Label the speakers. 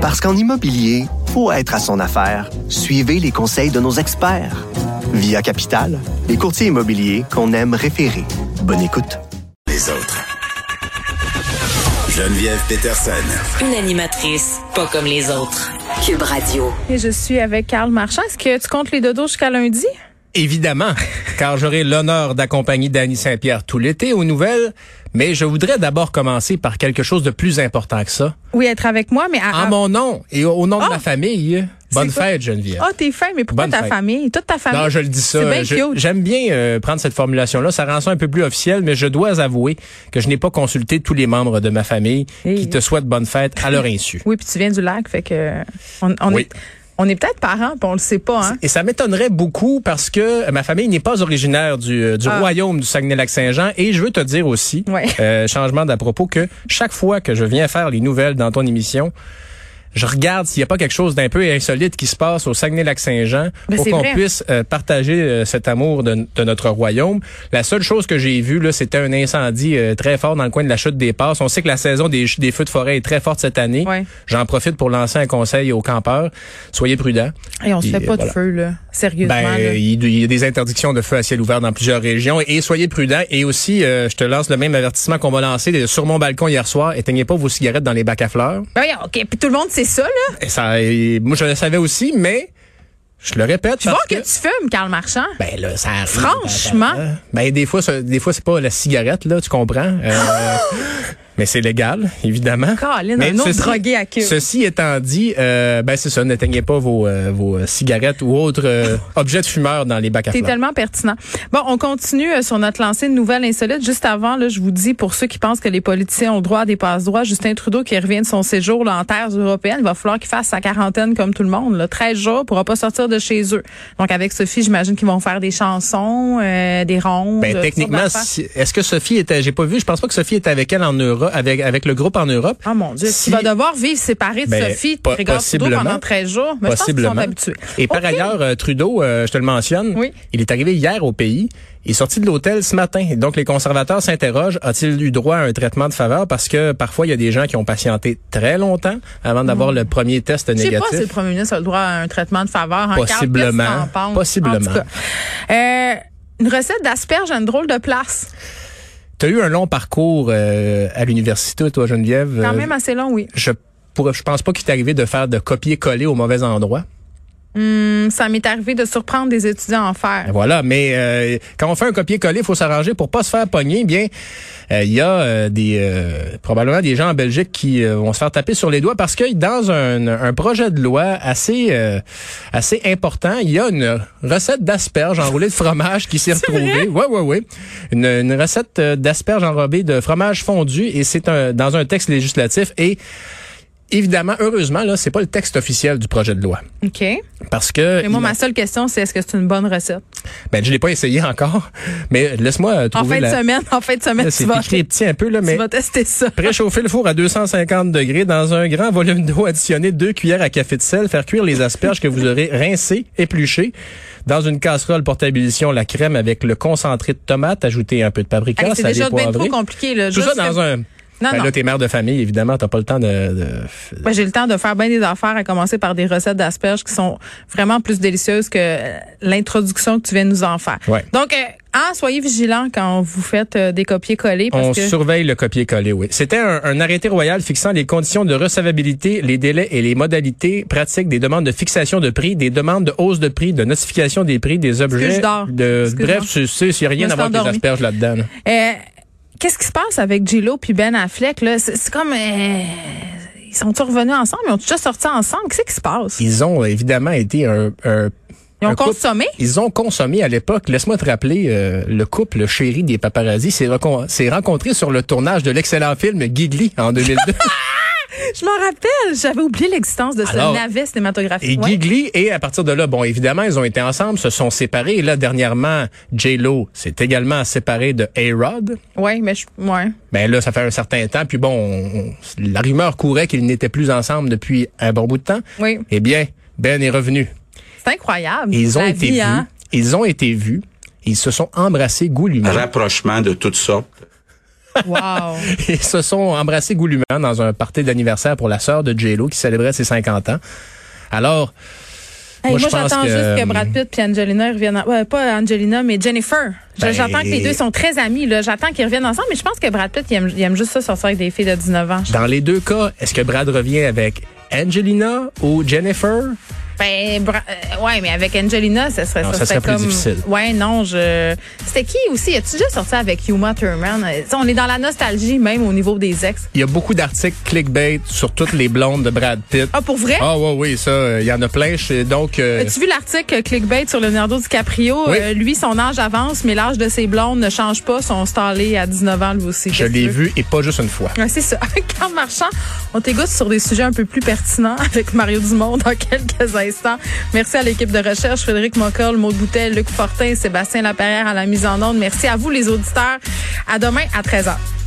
Speaker 1: Parce qu'en immobilier, faut être à son affaire. Suivez les conseils de nos experts. Via Capital, les courtiers immobiliers qu'on aime référer. Bonne écoute.
Speaker 2: Les autres. Geneviève Peterson.
Speaker 3: Une animatrice pas comme les autres. Cube Radio.
Speaker 4: Et je suis avec Karl Marchand. Est-ce que tu comptes les dodos jusqu'à lundi?
Speaker 5: Évidemment, car j'aurai l'honneur d'accompagner Danny Saint-Pierre tout l'été aux nouvelles, mais je voudrais d'abord commencer par quelque chose de plus important que ça.
Speaker 4: Oui, être avec moi, mais à,
Speaker 5: En mon nom et au nom
Speaker 4: Ah!
Speaker 5: de ma famille, bonne
Speaker 4: C'est quoi?
Speaker 5: fête Geneviève.
Speaker 4: Ah, t'es fin, mais pourquoi
Speaker 5: Bonne
Speaker 4: ta
Speaker 5: fête.
Speaker 4: famille? Toute ta famille.
Speaker 5: Non, je le dis ça.
Speaker 4: C'est bien
Speaker 5: je-
Speaker 4: cute.
Speaker 5: J'aime bien euh, prendre cette formulation-là. Ça rend ça un peu plus officiel, mais je dois avouer que je n'ai pas consulté tous les membres de ma famille
Speaker 4: Hey.
Speaker 5: qui te souhaitent bonne fête à leur insu.
Speaker 4: Oui, puis tu viens du lac, fait que on, on
Speaker 5: Oui.
Speaker 4: est on est peut-être parents, puis on le sait pas, hein?
Speaker 5: Et ça m'étonnerait beaucoup parce que euh, ma famille n'est pas originaire du, euh, du
Speaker 4: Ah.
Speaker 5: royaume du Saguenay-Lac-Saint-Jean. Et je veux te dire aussi,
Speaker 4: Ouais.
Speaker 5: euh, changement d'à propos, que chaque fois que je viens faire les nouvelles dans ton émission, je regarde s'il n'y a pas quelque chose d'un peu insolite qui se passe au Saguenay-Lac-Saint-Jean
Speaker 4: Ben,
Speaker 5: pour
Speaker 4: c'est
Speaker 5: qu'on
Speaker 4: vrai.
Speaker 5: puisse euh, partager euh, cet amour de, de notre royaume. La seule chose que j'ai vue, là, c'était un incendie euh, très fort dans le coin de la chute des passes. On sait que la saison des, ch- des feux de forêt est très forte cette année.
Speaker 4: Ouais.
Speaker 5: J'en profite pour lancer un conseil aux campeurs. Soyez prudents.
Speaker 4: Et on se
Speaker 5: Et,
Speaker 4: fait
Speaker 5: euh,
Speaker 4: pas de
Speaker 5: voilà.
Speaker 4: feu, là. Sérieusement.
Speaker 5: Ben,
Speaker 4: là.
Speaker 5: il il y a des interdictions de feu à ciel ouvert dans plusieurs régions. Et soyez prudents. Et aussi, euh, je te lance le même avertissement qu'on m'a lancé sur mon balcon hier soir. Éteignez pas vos cigarettes dans les bacs à fleurs.
Speaker 4: Ben voyons, OK, puis tout le monde sait ça, là.
Speaker 5: Et ça, et moi, je le savais aussi, mais je le répète.
Speaker 4: Tu vois
Speaker 5: parce
Speaker 4: que tu fumes, Karl Marchand.
Speaker 5: Ben là, ça arrive.
Speaker 4: Franchement.
Speaker 5: Ben des fois, ça- des fois c'est pas la cigarette là, tu comprends. Euh, mais c'est légal, évidemment.
Speaker 4: Colin,
Speaker 5: Mais
Speaker 4: un autre drogué à Cuba.
Speaker 5: Ceci étant dit, euh, ben c'est ça, n'éteignez pas vos, euh, vos euh, cigarettes ou autres euh, objets de fumeur dans les bacs à
Speaker 4: T'es
Speaker 5: fleurs.
Speaker 4: tellement pertinent. Bon, on continue euh, sur notre lancée de nouvelles insolites. Juste avant, là, je vous dis, pour ceux qui pensent que les politiciens ont le droit à des passe-droits, Justin Trudeau qui revient de son séjour là, en terre européenne, il va falloir qu'il fasse sa quarantaine comme tout le monde. Là. 13 jours, il pourra pas sortir de chez eux. Donc, avec Sophie, j'imagine qu'ils vont faire des chansons, euh, des rondes.
Speaker 5: Ben,
Speaker 4: euh,
Speaker 5: techniquement,
Speaker 4: toutes sortes d'affaires.
Speaker 5: si- est-ce que Sophie était, j'ai pas vu, je pense pas que Sophie était avec elle en Europe, avec, avec le groupe en Europe.
Speaker 4: Oh mon Dieu,
Speaker 5: Si-
Speaker 4: il va devoir vivre séparé de
Speaker 5: Ben,
Speaker 4: Sophie, de
Speaker 5: po-
Speaker 4: Grégoire Trudeau
Speaker 5: possiblement.
Speaker 4: pendant 13 jours. Mais je pense qu'ils sont
Speaker 5: Possiblement.
Speaker 4: habitués.
Speaker 5: Et par
Speaker 4: OK.
Speaker 5: ailleurs, euh, Trudeau, euh, je te le mentionne,
Speaker 4: Oui.
Speaker 5: il est arrivé hier au pays. Il est sorti de l'hôtel ce matin. Et donc, les conservateurs s'interrogent, a-t-il eu droit à un traitement de faveur? Parce que parfois, il y a des gens qui ont patienté très longtemps avant d'avoir le premier test
Speaker 4: Hmm. Je sais
Speaker 5: négatif.
Speaker 4: pas si le premier ministre a le droit à un traitement de faveur. hein. Carl, qu'est-ce que
Speaker 5: Possiblement.
Speaker 4: t'en penses?
Speaker 5: Possiblement.
Speaker 4: En tout cas, euh, une recette d'asperges à une drôle de place.
Speaker 5: T'as eu un long parcours euh, à l'université, toi, Geneviève.
Speaker 4: Quand
Speaker 5: Euh,
Speaker 4: même assez long, oui.
Speaker 5: Je pourrais- je pense pas qu'il t'est arrivé de faire de copier-coller au mauvais endroit.
Speaker 4: Hum, Ça m'est arrivé de surprendre des étudiants à en faire.
Speaker 5: Voilà, mais euh, quand on fait un copier-coller, il faut s'arranger pour pas se faire pogner. eh Bien, euh, il y a euh, des euh, probablement des gens en Belgique qui euh, vont se faire taper sur les doigts parce que dans un, un projet de loi assez euh, assez important, il y a une recette d'asperges enroulées de fromage qui s'est retrouvée. Ouais, ouais, ouais. Une, une recette euh, d'asperges enrobées de fromage fondu et c'est un, dans un texte législatif et Évidemment, heureusement, là, c'est pas le texte officiel du projet de loi,
Speaker 4: OK. Mais
Speaker 5: parce que
Speaker 4: moi,
Speaker 5: il-
Speaker 4: ma seule question, c'est est-ce que c'est une bonne recette?
Speaker 5: ben, je l'ai pas essayé encore, mais laisse-moi euh,
Speaker 4: En
Speaker 5: trouver
Speaker 4: fin
Speaker 5: la...
Speaker 4: de semaine, en fin de semaine, tu
Speaker 5: Là, C'est
Speaker 4: vas,
Speaker 5: écrit petit un peu, là,
Speaker 4: tu
Speaker 5: mais
Speaker 4: vas tester ça.
Speaker 5: préchauffer le four à 250 degrés dans un grand volume d'eau, additionner deux cuillères à café de sel, faire cuire les asperges que vous aurez rincées, épluchées. Dans une casserole, porte à ébullition la crème avec le concentré de tomate, ajouter un peu de paprika,
Speaker 4: Hey, c'est
Speaker 5: salé,
Speaker 4: déjà bien trop
Speaker 5: poivré.
Speaker 4: compliqué. Là.
Speaker 5: Tout ça
Speaker 4: Juste
Speaker 5: dans
Speaker 4: que-
Speaker 5: un...
Speaker 4: Non,
Speaker 5: Ben
Speaker 4: non.
Speaker 5: là, t'es mère de famille, évidemment, t'as pas le temps de... de-
Speaker 4: Moi, Ben, j'ai le temps de faire bien des affaires, à commencer par des recettes d'asperges qui sont vraiment plus délicieuses que euh, l'introduction que tu viens de nous en faire.
Speaker 5: Ouais.
Speaker 4: Donc, euh, hein, soyez vigilants quand vous faites euh, des copier-coller parce
Speaker 5: On
Speaker 4: que
Speaker 5: surveille le copier-coller, oui. C'était un, un arrêté royal fixant les conditions de recevabilité, les délais et les modalités pratiques des demandes de fixation de prix, des demandes de hausse de prix, de notification des prix, des objets.
Speaker 4: je dors.
Speaker 5: De,
Speaker 4: Excuse-moi.
Speaker 5: bref, tu sais, il n'y a
Speaker 4: Je
Speaker 5: rien
Speaker 4: me
Speaker 5: à voir
Speaker 4: suis
Speaker 5: avec les
Speaker 4: endormie.
Speaker 5: asperges là-dedans. là.
Speaker 4: euh, qu'est-ce qui se passe avec Gillo puis Ben Affleck là C'est c'est comme euh, ils sont revenus ensemble, ils ont déjà sorti ensemble. Qu'est-ce qui se passe
Speaker 5: Ils ont évidemment été un... un-
Speaker 4: Ils ont
Speaker 5: un couple-
Speaker 4: consommé
Speaker 5: Ils ont consommé à l'époque. Laisse-moi te rappeler, euh, le couple chéri des paparazzis s'est recon- s'est rencontré sur le tournage de l'excellent film Gigli en 2002.
Speaker 4: Je m'en rappelle, j'avais oublié l'existence de
Speaker 5: Alors,
Speaker 4: ce navet
Speaker 5: Et
Speaker 4: cinématographique. Ouais.
Speaker 5: Gigli, et à partir de là, bon, évidemment, ils ont été ensemble, se sont séparés. Et là, dernièrement, J-Lo s'est également séparé de A-Rod.
Speaker 4: Ouais, mais je ouais.
Speaker 5: Ben là, ça fait un certain temps. Puis bon, on- on- la rumeur courait qu'ils n'étaient plus ensemble depuis un bon bout de temps.
Speaker 4: Oui.
Speaker 5: Eh bien, Ben est revenu.
Speaker 4: C'est incroyable.
Speaker 5: Ils ont
Speaker 4: La
Speaker 5: été
Speaker 4: vie,
Speaker 5: vus.
Speaker 4: hein.
Speaker 5: Ils ont été vus. Ils se sont embrassés goulûment.
Speaker 2: Rapprochement de toutes sortes.
Speaker 4: Wow.
Speaker 5: Ils se sont embrassés goulûment dans un party d'anniversaire pour la sœur de J-Lo qui célébrait ses 50 ans. Alors,
Speaker 4: Hey,
Speaker 5: Moi,
Speaker 4: moi,
Speaker 5: je pense
Speaker 4: j'attends
Speaker 5: que-
Speaker 4: juste que Brad Pitt et Angelina reviennent. en- ouais, pas Angelina, mais Jennifer. Je-
Speaker 5: Ben-
Speaker 4: J'attends que les deux sont très amis. là. J'attends qu'ils reviennent ensemble, mais je pense que Brad Pitt, il aime, il aime juste ça sortir avec des filles de 19 ans.
Speaker 5: dans les deux cas, est-ce que Brad revient avec Angelina ou Jennifer?
Speaker 4: Ben, Bra- euh, ouais, mais avec Angelina, ça serait
Speaker 5: Non,
Speaker 4: ça.
Speaker 5: ça
Speaker 4: serait
Speaker 5: serait plus
Speaker 4: comme-
Speaker 5: difficile.
Speaker 4: Ouais, non, je. C'était qui aussi? As-tu déjà sorti avec Uma Thurman? Euh, On est dans la nostalgie, même au niveau des ex.
Speaker 5: Il y a beaucoup d'articles clickbait sur toutes les blondes de Brad Pitt.
Speaker 4: Ah, pour vrai?
Speaker 5: Ah ouais, oui, ça, euh, il y en a plein. Je- Donc, euh,
Speaker 4: As-tu vu l'article euh, clickbait sur Leonardo DiCaprio?
Speaker 5: Oui.
Speaker 4: Euh, lui, son âge avance, mais l'âge de ses blondes ne change pas. Son stallé à 19 ans, lui aussi.
Speaker 5: je
Speaker 4: Qu'est-ce que
Speaker 5: l'ai
Speaker 4: tu veux?
Speaker 5: vu et pas juste une fois.
Speaker 4: Ouais, c'est ça. Quand marchand, on t'égoutte sur des sujets un peu plus pertinents avec Mario Dumont dans quelques instants. Merci à l'équipe de recherche, Frédéric Moccol, Maud Boutet, Luc Fortin, Sébastien Laperrière à la mise en onde. Merci à vous, les auditeurs. À demain à 13h.